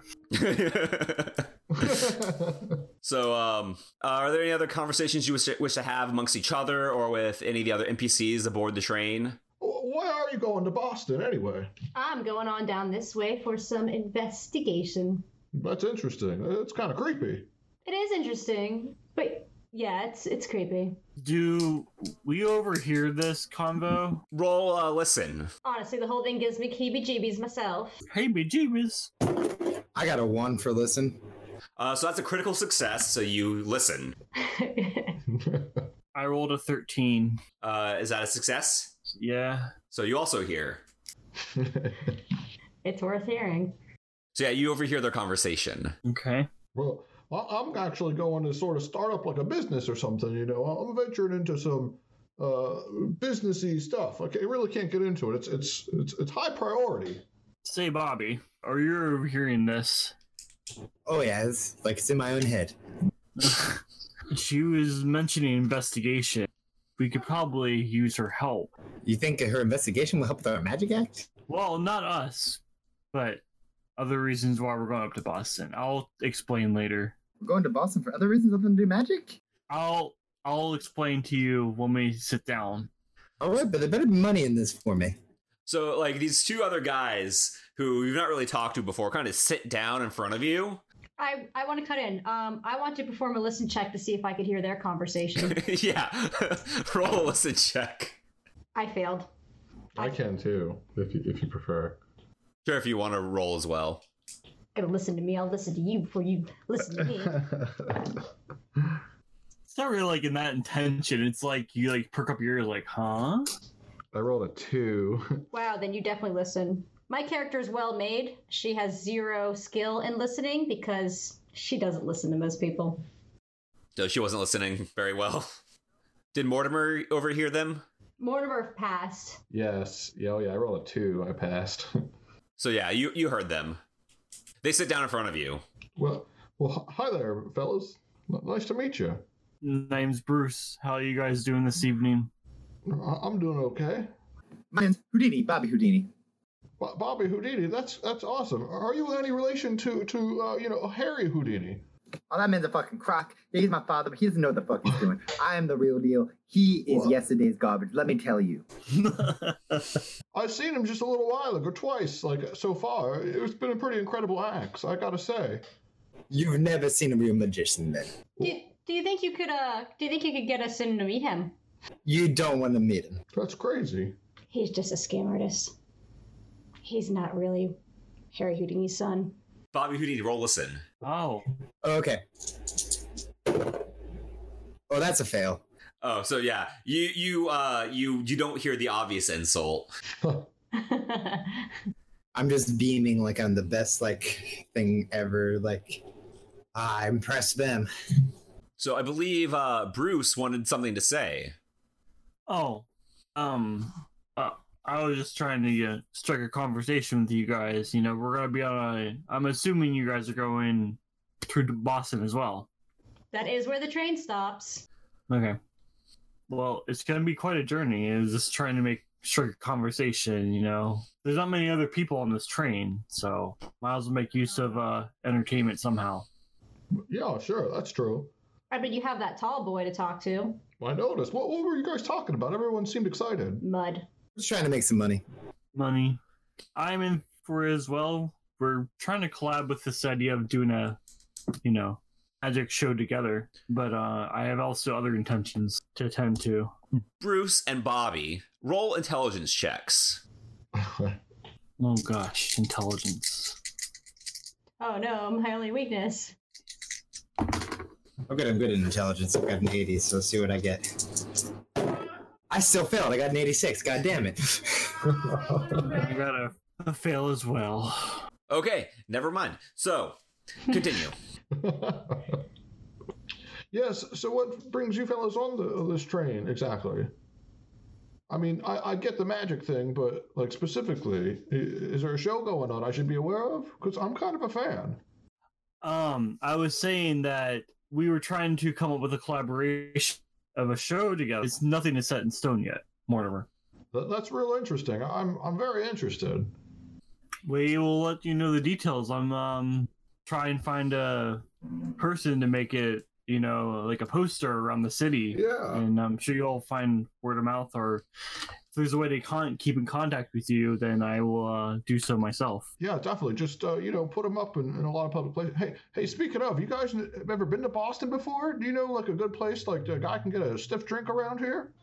so, um, uh, are there any other conversations you wish to, wish to have amongst each other or with any of the other NPCs aboard the train?
Why are you going to Boston anyway?
I'm going on down this way for some investigation.
That's interesting. It's kind of creepy.
It is interesting, but yeah, it's it's creepy.
Do we overhear this convo?
Roll, uh, listen.
Honestly, the whole thing gives me heebie-jeebies myself.
Hey, bejeebus.
I got a one for listen.
Uh, so that's a critical success. So you listen.
I rolled a 13.
Uh, is that a success?
Yeah.
So you also hear.
it's worth hearing.
So yeah, you overhear their conversation.
Okay.
well, I- I'm actually going to sort of start up like a business or something, you know. I'm venturing into some uh businessy stuff. Like I really can't get into it. It's it's it's it's high priority.
Say, Bobby, are you overhearing this?
Oh yeah, it's like it's in my own head.
she was mentioning investigation. We could probably use her help.
You think her investigation will help with our magic act?
Well, not us, but other reasons why we're going up to Boston. I'll explain later.
I'm going to Boston for other reasons other than to do magic?
I'll I'll explain to you when we sit down.
All right, but there better be money in this for me.
So like these two other guys who you've not really talked to before kind of sit down in front of you.
I, I want to cut in. Um, I want to perform a listen check to see if I could hear their conversation.
yeah, roll a listen check.
I failed.
I can too, if you if you prefer.
Sure, if you want to roll as well.
Gonna listen to me. I'll listen to you before you listen to me.
It's not really like in that intention. It's like you like perk up your ears, like, huh?
I rolled a two.
wow, then you definitely listen. My character is well made. She has zero skill in listening because she doesn't listen to most people.
So she wasn't listening very well. Did Mortimer overhear them?
Mortimer passed.
Yes. Yeah, oh yeah, I rolled a two. I passed.
So yeah, you you heard them. They sit down in front of you.
well well hi there, fellas. Nice to meet you.
Name's Bruce. How are you guys doing this evening?
I- I'm doing okay.
My name's Houdini, Bobby Houdini.
Bo- Bobby Houdini, that's that's awesome. Are you in any relation to to uh, you know Harry Houdini?
Oh, that man's a fucking crock. He's my father, but he doesn't know what the fuck he's doing. I am the real deal. He is yesterday's garbage. Let me tell you.
I've seen him just a little while ago, twice, like so far. It's been a pretty incredible act, I gotta say.
You've never seen a real magician then.
Do you, do you think you could uh do you think you could get us in to meet him?
You don't want to meet him.
That's crazy.
He's just a scam artist. He's not really Harry Houdini's son.
Bobby Houdini, roll listen.
oh.
Okay. Oh, that's a fail.
Oh, so yeah, you you uh you you don't hear the obvious insult.
I'm just beaming like I'm the best like thing ever. Like I impressed them.
So I believe uh Bruce wanted something to say.
Oh. Um uh, I was just trying to uh, strike a conversation with you guys. You know, we're gonna be on a I'm assuming you guys are going through to Boston as well.
that is where the train stops.
Okay. well, it's going to be quite a journey. Is just trying to make sure conversation, you know. There's not many other people on this train, so might as well make use of uh, entertainment somehow.
Yeah, sure, that's true.
I mean, you have that tall boy to talk to.
I noticed. What, what were you guys talking about? Everyone seemed excited.
Mud.
Just trying to make some money.
Money. I'm in for it as well. We're trying to collab with this idea of doing a, you know, magic show together, but uh, I have also other intentions to attend to.
Bruce and Bobby, roll intelligence checks.
Oh gosh, intelligence.
Oh no, my only weakness.
I'm good. I'm good in intelligence. I've got an 80, so let's see what I get. I still failed. I got an 86. God damn it.
I got a, a fail as well.
Okay, never mind. So, continue.
yes. So, what brings you fellows on the, this train exactly? I mean, I, I get the magic thing, but like specifically, i- is there a show going on I should be aware of? Because I'm kind of a fan.
Um, I was saying that we were trying to come up with a collaboration of a show together. It's nothing is set in stone yet, Mortimer.
That, that's real interesting. I'm I'm very interested.
We will let you know the details. I'm um try and find a person to make it, you know, like a poster around the city.
Yeah.
And I'm sure you'll find word of mouth or if there's a way to con- keep in contact with you, then I will uh, do so myself.
Yeah, definitely. Just uh, you know, put them up in, in a lot of public places. Hey, hey. Speaking of, you guys n- have ever been to Boston before? Do you know like a good place like a guy can get a stiff drink around here?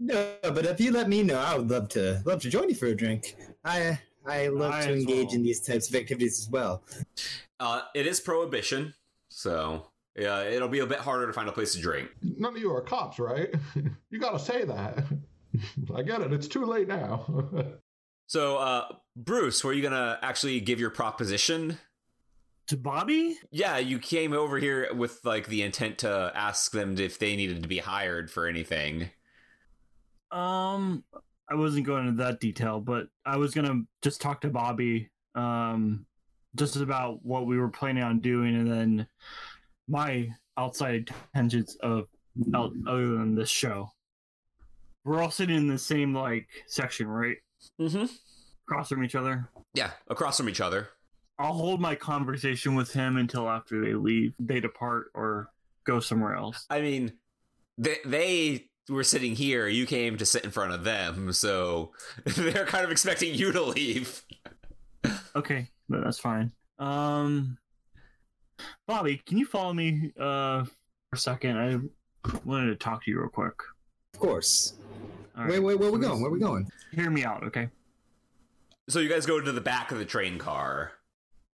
No, but if you let me know, I would love to love to join you for a drink. I I love
I
to
as
engage
well.
in these types of activities as well.
Uh, it is prohibition, so yeah, it'll be a bit harder to find a place to drink.
None of you are cops, right? you got to say that. I get it. It's too late now.
So, uh, Bruce, were you gonna actually give your proposition?
To Bobby?
Yeah, you came over here with like the intent to ask them if they needed to be hired for anything.
Um, I wasn't going into that detail, but I was gonna just talk to Bobby, um, just about what we were planning on doing, and then my outside tangents of out, other than this show. We're all sitting in the same like section, right,
Mm-hmm.
across from each other.
Yeah, across from each other.
I'll hold my conversation with him until after they leave, they depart, or go somewhere else.
I mean, they they were sitting here. You came to sit in front of them, so they're kind of expecting you to leave.
Okay, no, that's fine. Um, Bobby, can you follow me uh, for a second? I wanted to talk to you real quick.
Of course.
All
Wait,
right,
wait, where we
so
going? Where we going?
Hear me out, okay?
So you guys go to the back of the train car.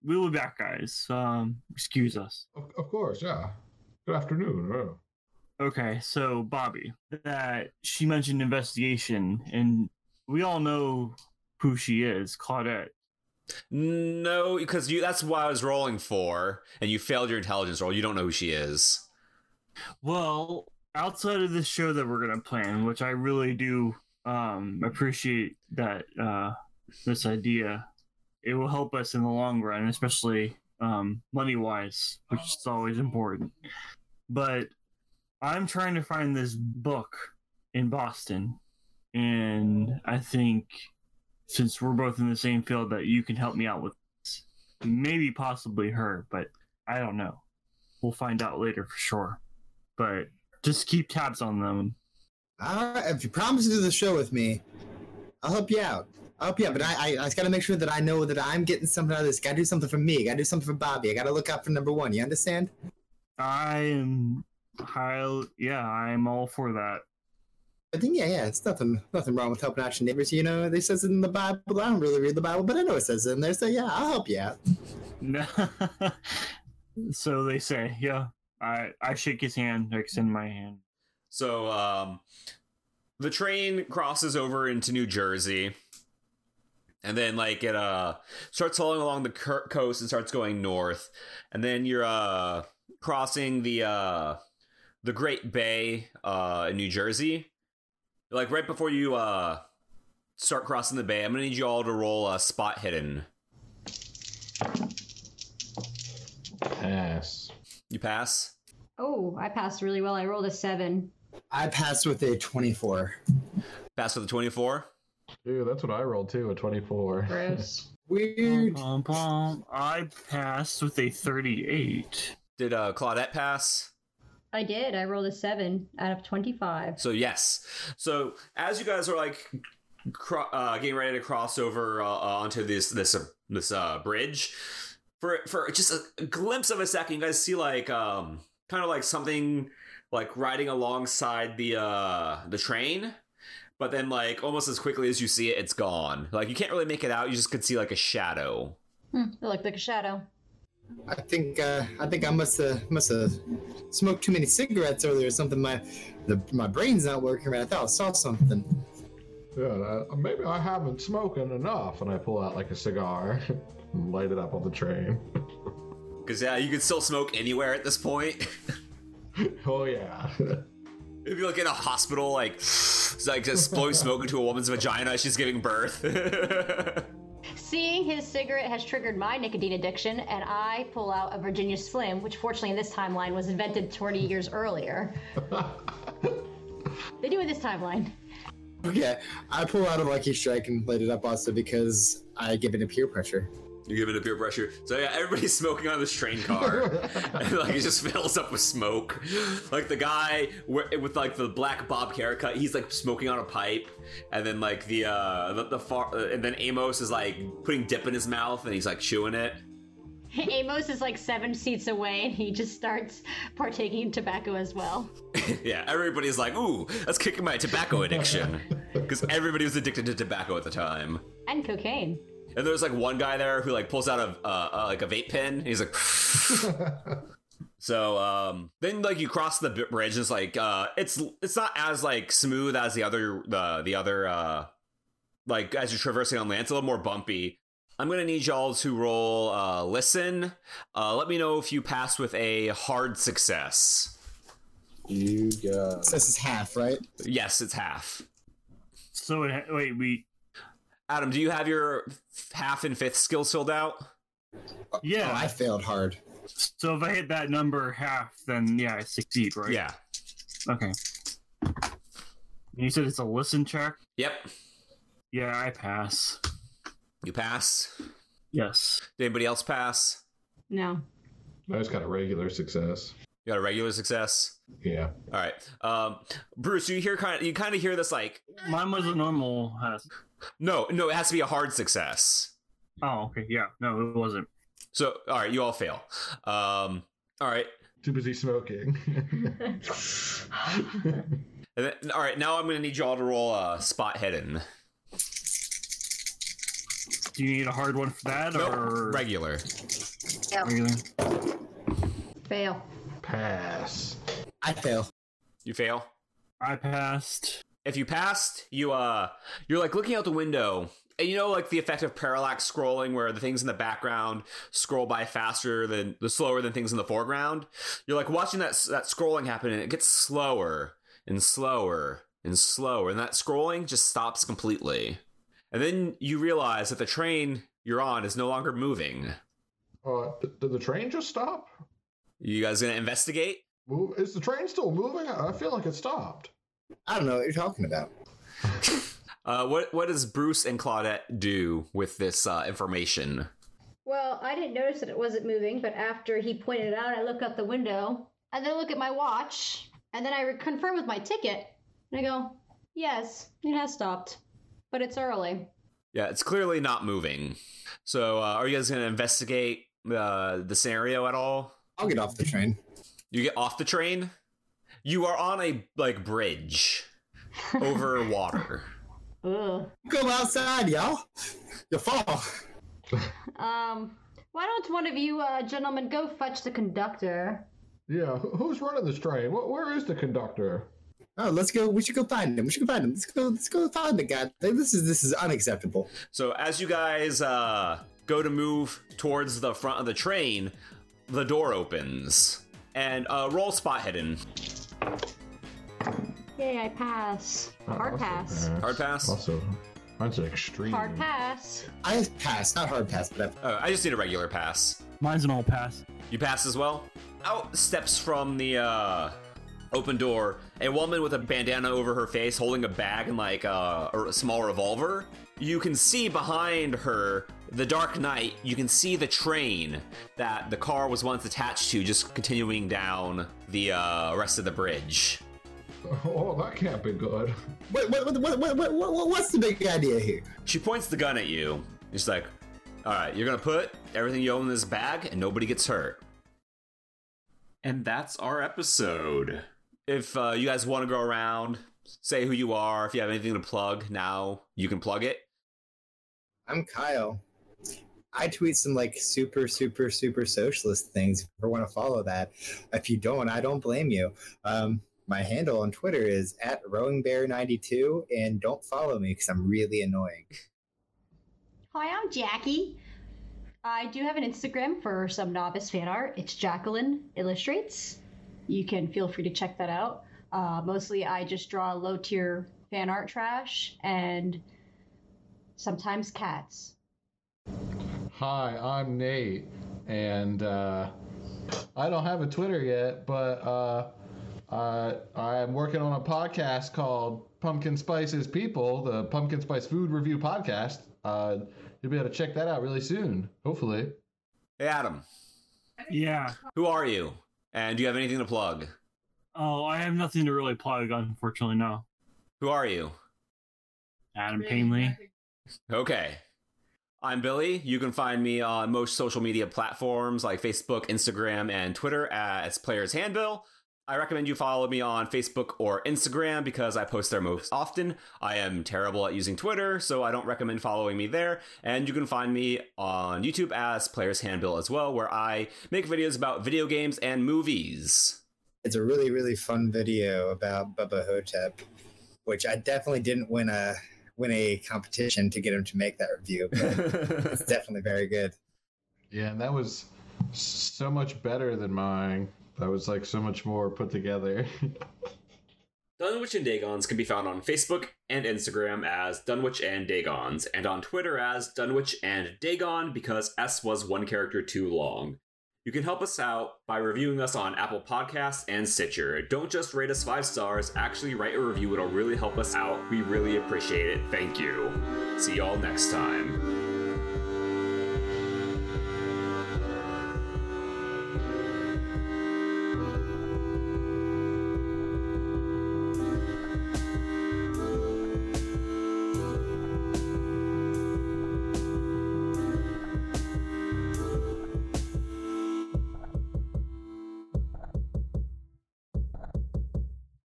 We'll be back, guys. Um, excuse us.
Of, of course, yeah. Good afternoon. yeah.
Okay, so Bobby, that she mentioned investigation, and we all know who she is, Claudette.
No, because you that's what I was rolling for, and you failed your intelligence roll. You don't know who she is.
Well, outside of this show that we're gonna plan, which I really do um, appreciate that uh, this idea, it will help us in the long run, especially um, money wise, which is always important. But I'm trying to find this book in Boston, and I think since we're both in the same field, that you can help me out with this. Maybe possibly her, but I don't know. We'll find out later for sure but just keep tabs on them.
I, if you promise to do the show with me, I'll help you out. I'll help you out, but I, I, I just gotta make sure that I know that I'm getting something out of this. Gotta do something for me. Gotta do something for Bobby. I gotta look out for number one. You understand?
I am high, yeah, I'm all for that.
I think yeah, yeah. It's nothing, nothing wrong with helping out your neighbors. You know, they says it in the Bible. I don't really read the Bible, but I know it says it in there. So yeah, I'll help you out.
so they say, yeah. I I shake his hand, I extend my hand.
So um, the train crosses over into New Jersey, and then like it uh starts following along the cur- coast and starts going north, and then you're uh crossing the uh the Great Bay uh in New Jersey, like right before you uh start crossing the bay. I'm gonna need you all to roll a spot hidden.
Yes.
You pass.
Oh, I passed really well. I rolled a seven.
I passed with a 24.
Pass with the 24.
Dude, that's what I rolled too, a 24.
Gross.
Weird.
Bum, bum, bum. I passed with a 38.
Did uh, Claudette pass?
I did. I rolled a seven out of twenty-five.
So yes. So as you guys are like cro- uh, getting ready to cross over uh, onto this this uh, this uh, bridge, for for just a glimpse of a second, you guys see like um kind of like something like riding alongside the uh the train. But then, like almost as quickly as you see it, it's gone. Like you can't really make it out. You just could see like a shadow.
Hmm, it looked like a shadow.
I think uh, I think I must have must have smoked too many cigarettes earlier or something. My the, my brain's not working right. I thought I saw something.
Yeah, uh, maybe I haven't smoking enough, and I pull out like a cigar and light it up on the train.
Because yeah, you could still smoke anywhere at this point.
oh yeah.
If you look in a hospital, like it's like just blowing smoke into a woman's vagina, as she's giving birth.
Seeing his cigarette has triggered my nicotine addiction, and I pull out a Virginia Slim, which fortunately in this timeline was invented 20 years earlier. they do in this timeline.
Okay, I pull out a lucky strike and light it up also because I give it a peer pressure.
you give it a peer pressure. So yeah, everybody's smoking on this train car, and like it just fills up with smoke. Like the guy wi- with like the black bob haircut, he's like smoking on a pipe, and then like the uh the, the far, uh, and then Amos is like putting dip in his mouth, and he's like chewing it.
Amos is like seven seats away, and he just starts partaking in tobacco as well.
yeah, everybody's like, ooh, that's kicking my tobacco addiction, because everybody was addicted to tobacco at the time.
And cocaine.
And there's like one guy there who like pulls out a uh, uh, like a vape pen. And he's like, so um, then like you cross the bridge. And it's like uh, it's it's not as like smooth as the other uh, the other uh, like as you're traversing on land. It's a little more bumpy. I'm gonna need y'all to roll uh, listen. Uh, let me know if you pass with a hard success.
You got
So this is half, right?
Yes, it's half.
So, it, ha- wait, we.
Adam, do you have your f- half and fifth skills filled out?
Oh,
Yeah.
I failed hard.
So if I hit that number half, then yeah, I succeed, right?
Yeah.
Okay. And you said it's a listen check?
Yep.
Yeah, I pass.
You pass.
Yes.
Did anybody else pass?
No.
I just got a regular success.
You got a regular success.
Yeah.
All right, um, Bruce. You hear kind of you kind of hear this like
Mine was a normal. Pass.
no, no. It has to be a hard success.
Oh, okay. Yeah. No, it wasn't.
So all right, you all fail. Um, all right,
Too busy smoking.
and then, all right. Now I'm gonna need you all to roll uh, spot hidden.
Do you need a hard one for that or
Nope, regular.
regular?
Fail.
Pass.
I fail.
You fail.
I passed.
If you passed, you uh, you're like looking out the window, and you know like the effect of parallax scrolling, where the things in the background scroll by faster than the slower than things in the foreground. You're like watching that that scrolling happen, and it gets slower and slower and slower, and that scrolling just stops completely. And then you realize that the train you're on is no longer moving.
Uh, d- did the train just stop?
You guys gonna investigate?
Move? Is the train still moving? I I feel like it stopped.
I don't know what you're talking about.
Uh, what what does Bruce and Claudette do with this uh, information?
Well, I didn't notice that it wasn't moving, but after he pointed it out, I look out the window and then look at my watch and then I re- confirm with my ticket and I go, yes, it has stopped, but it's early.
Yeah, it's clearly not moving. So, uh, are you guys going to investigate uh, the scenario at all?
I'll get off the train.
You get off the train. You are on a like bridge over water.
Ugh.
Go outside, y'all. You'll fall.
Um, why don't one of you uh, gentlemen go fetch the conductor?
Yeah. wh- Who's running this train? Wh- Where is the conductor?
Oh, let's go. We should go find him. We should go find him. Let's go. Let's go find the guy. This is this is unacceptable.
So, as you guys uh, go to move towards the front of the train, the door opens and uh, roll spot hidden.
Yay, I pass. Hard
Also
pass.
Hard pass?
Also, mine's an extreme.
Hard pass.
I passed, not hard pass, but I,
Uh, I just need a regular pass.
Mine's an all pass.
You pass as well. Out steps from the uh, open door, a woman with a bandana over her face holding a bag and like uh, a, a small revolver. You can see behind her the dark night. You can see the train that the car was once attached to, just continuing down the uh, rest of the bridge.
Oh, that can't be good.
What, what, what, what, what, what, what- what's the big idea here?
She points the gun at you. She's like, "All right, you're gonna put everything you own in this bag, and nobody gets hurt." And that's our episode. If uh, you guys want to go around, say who you are. If you have anything to plug, now you can plug it.
I'm Kyle. I tweet some like super, super, super socialist things. If you ever want to follow that, if you don't, I don't blame you. Um, my handle on Twitter is at rowingbear92, and don't follow me because I'm really annoying.
Hi, I'm Jackie. I do have an Instagram for some novice fan art. It's Jacqueline Illustrates. You can feel free to check that out. Uh, mostly, I just draw low tier fan art trash and sometimes cats.
Hi, I'm Nate, and uh, I don't have a Twitter yet, but uh, uh, I'm working on a podcast called Pumpkin Spices People, the Pumpkin Spice Food Review Podcast. Uh, you'll be able to check that out really soon, hopefully.
Hey, Adam,
Yeah.
who are you? And do you have anything to plug?
Oh, I have nothing to really plug, unfortunately. No.
Who are you?
Adam Painley.
Okay. I'm Billy. You can find me on most social media platforms like Facebook, Instagram, and Twitter as Players Handbill. I recommend you follow me on Facebook or Instagram because I post there most often. I am terrible at using Twitter, so I don't recommend following me there. And you can find me on YouTube as Players Handbill as well, where I make videos about video games and movies.
It's a really, really fun video about Bubba Hotep, which I definitely didn't win a win a competition to get him to make that review, but it's definitely very good.
Yeah, and that was so much better than mine. That was like so much more put together.
Dunwich and Dagons can be found on Facebook and Instagram as Dunwich and Dagons, and on Twitter as Dunwich and Dagon because S was one character too long. You can help us out by reviewing us on Apple Podcasts and Stitcher. Don't just rate us five stars, actually write a review, it'll really help us out. We really appreciate it. Thank you. See y'all next time.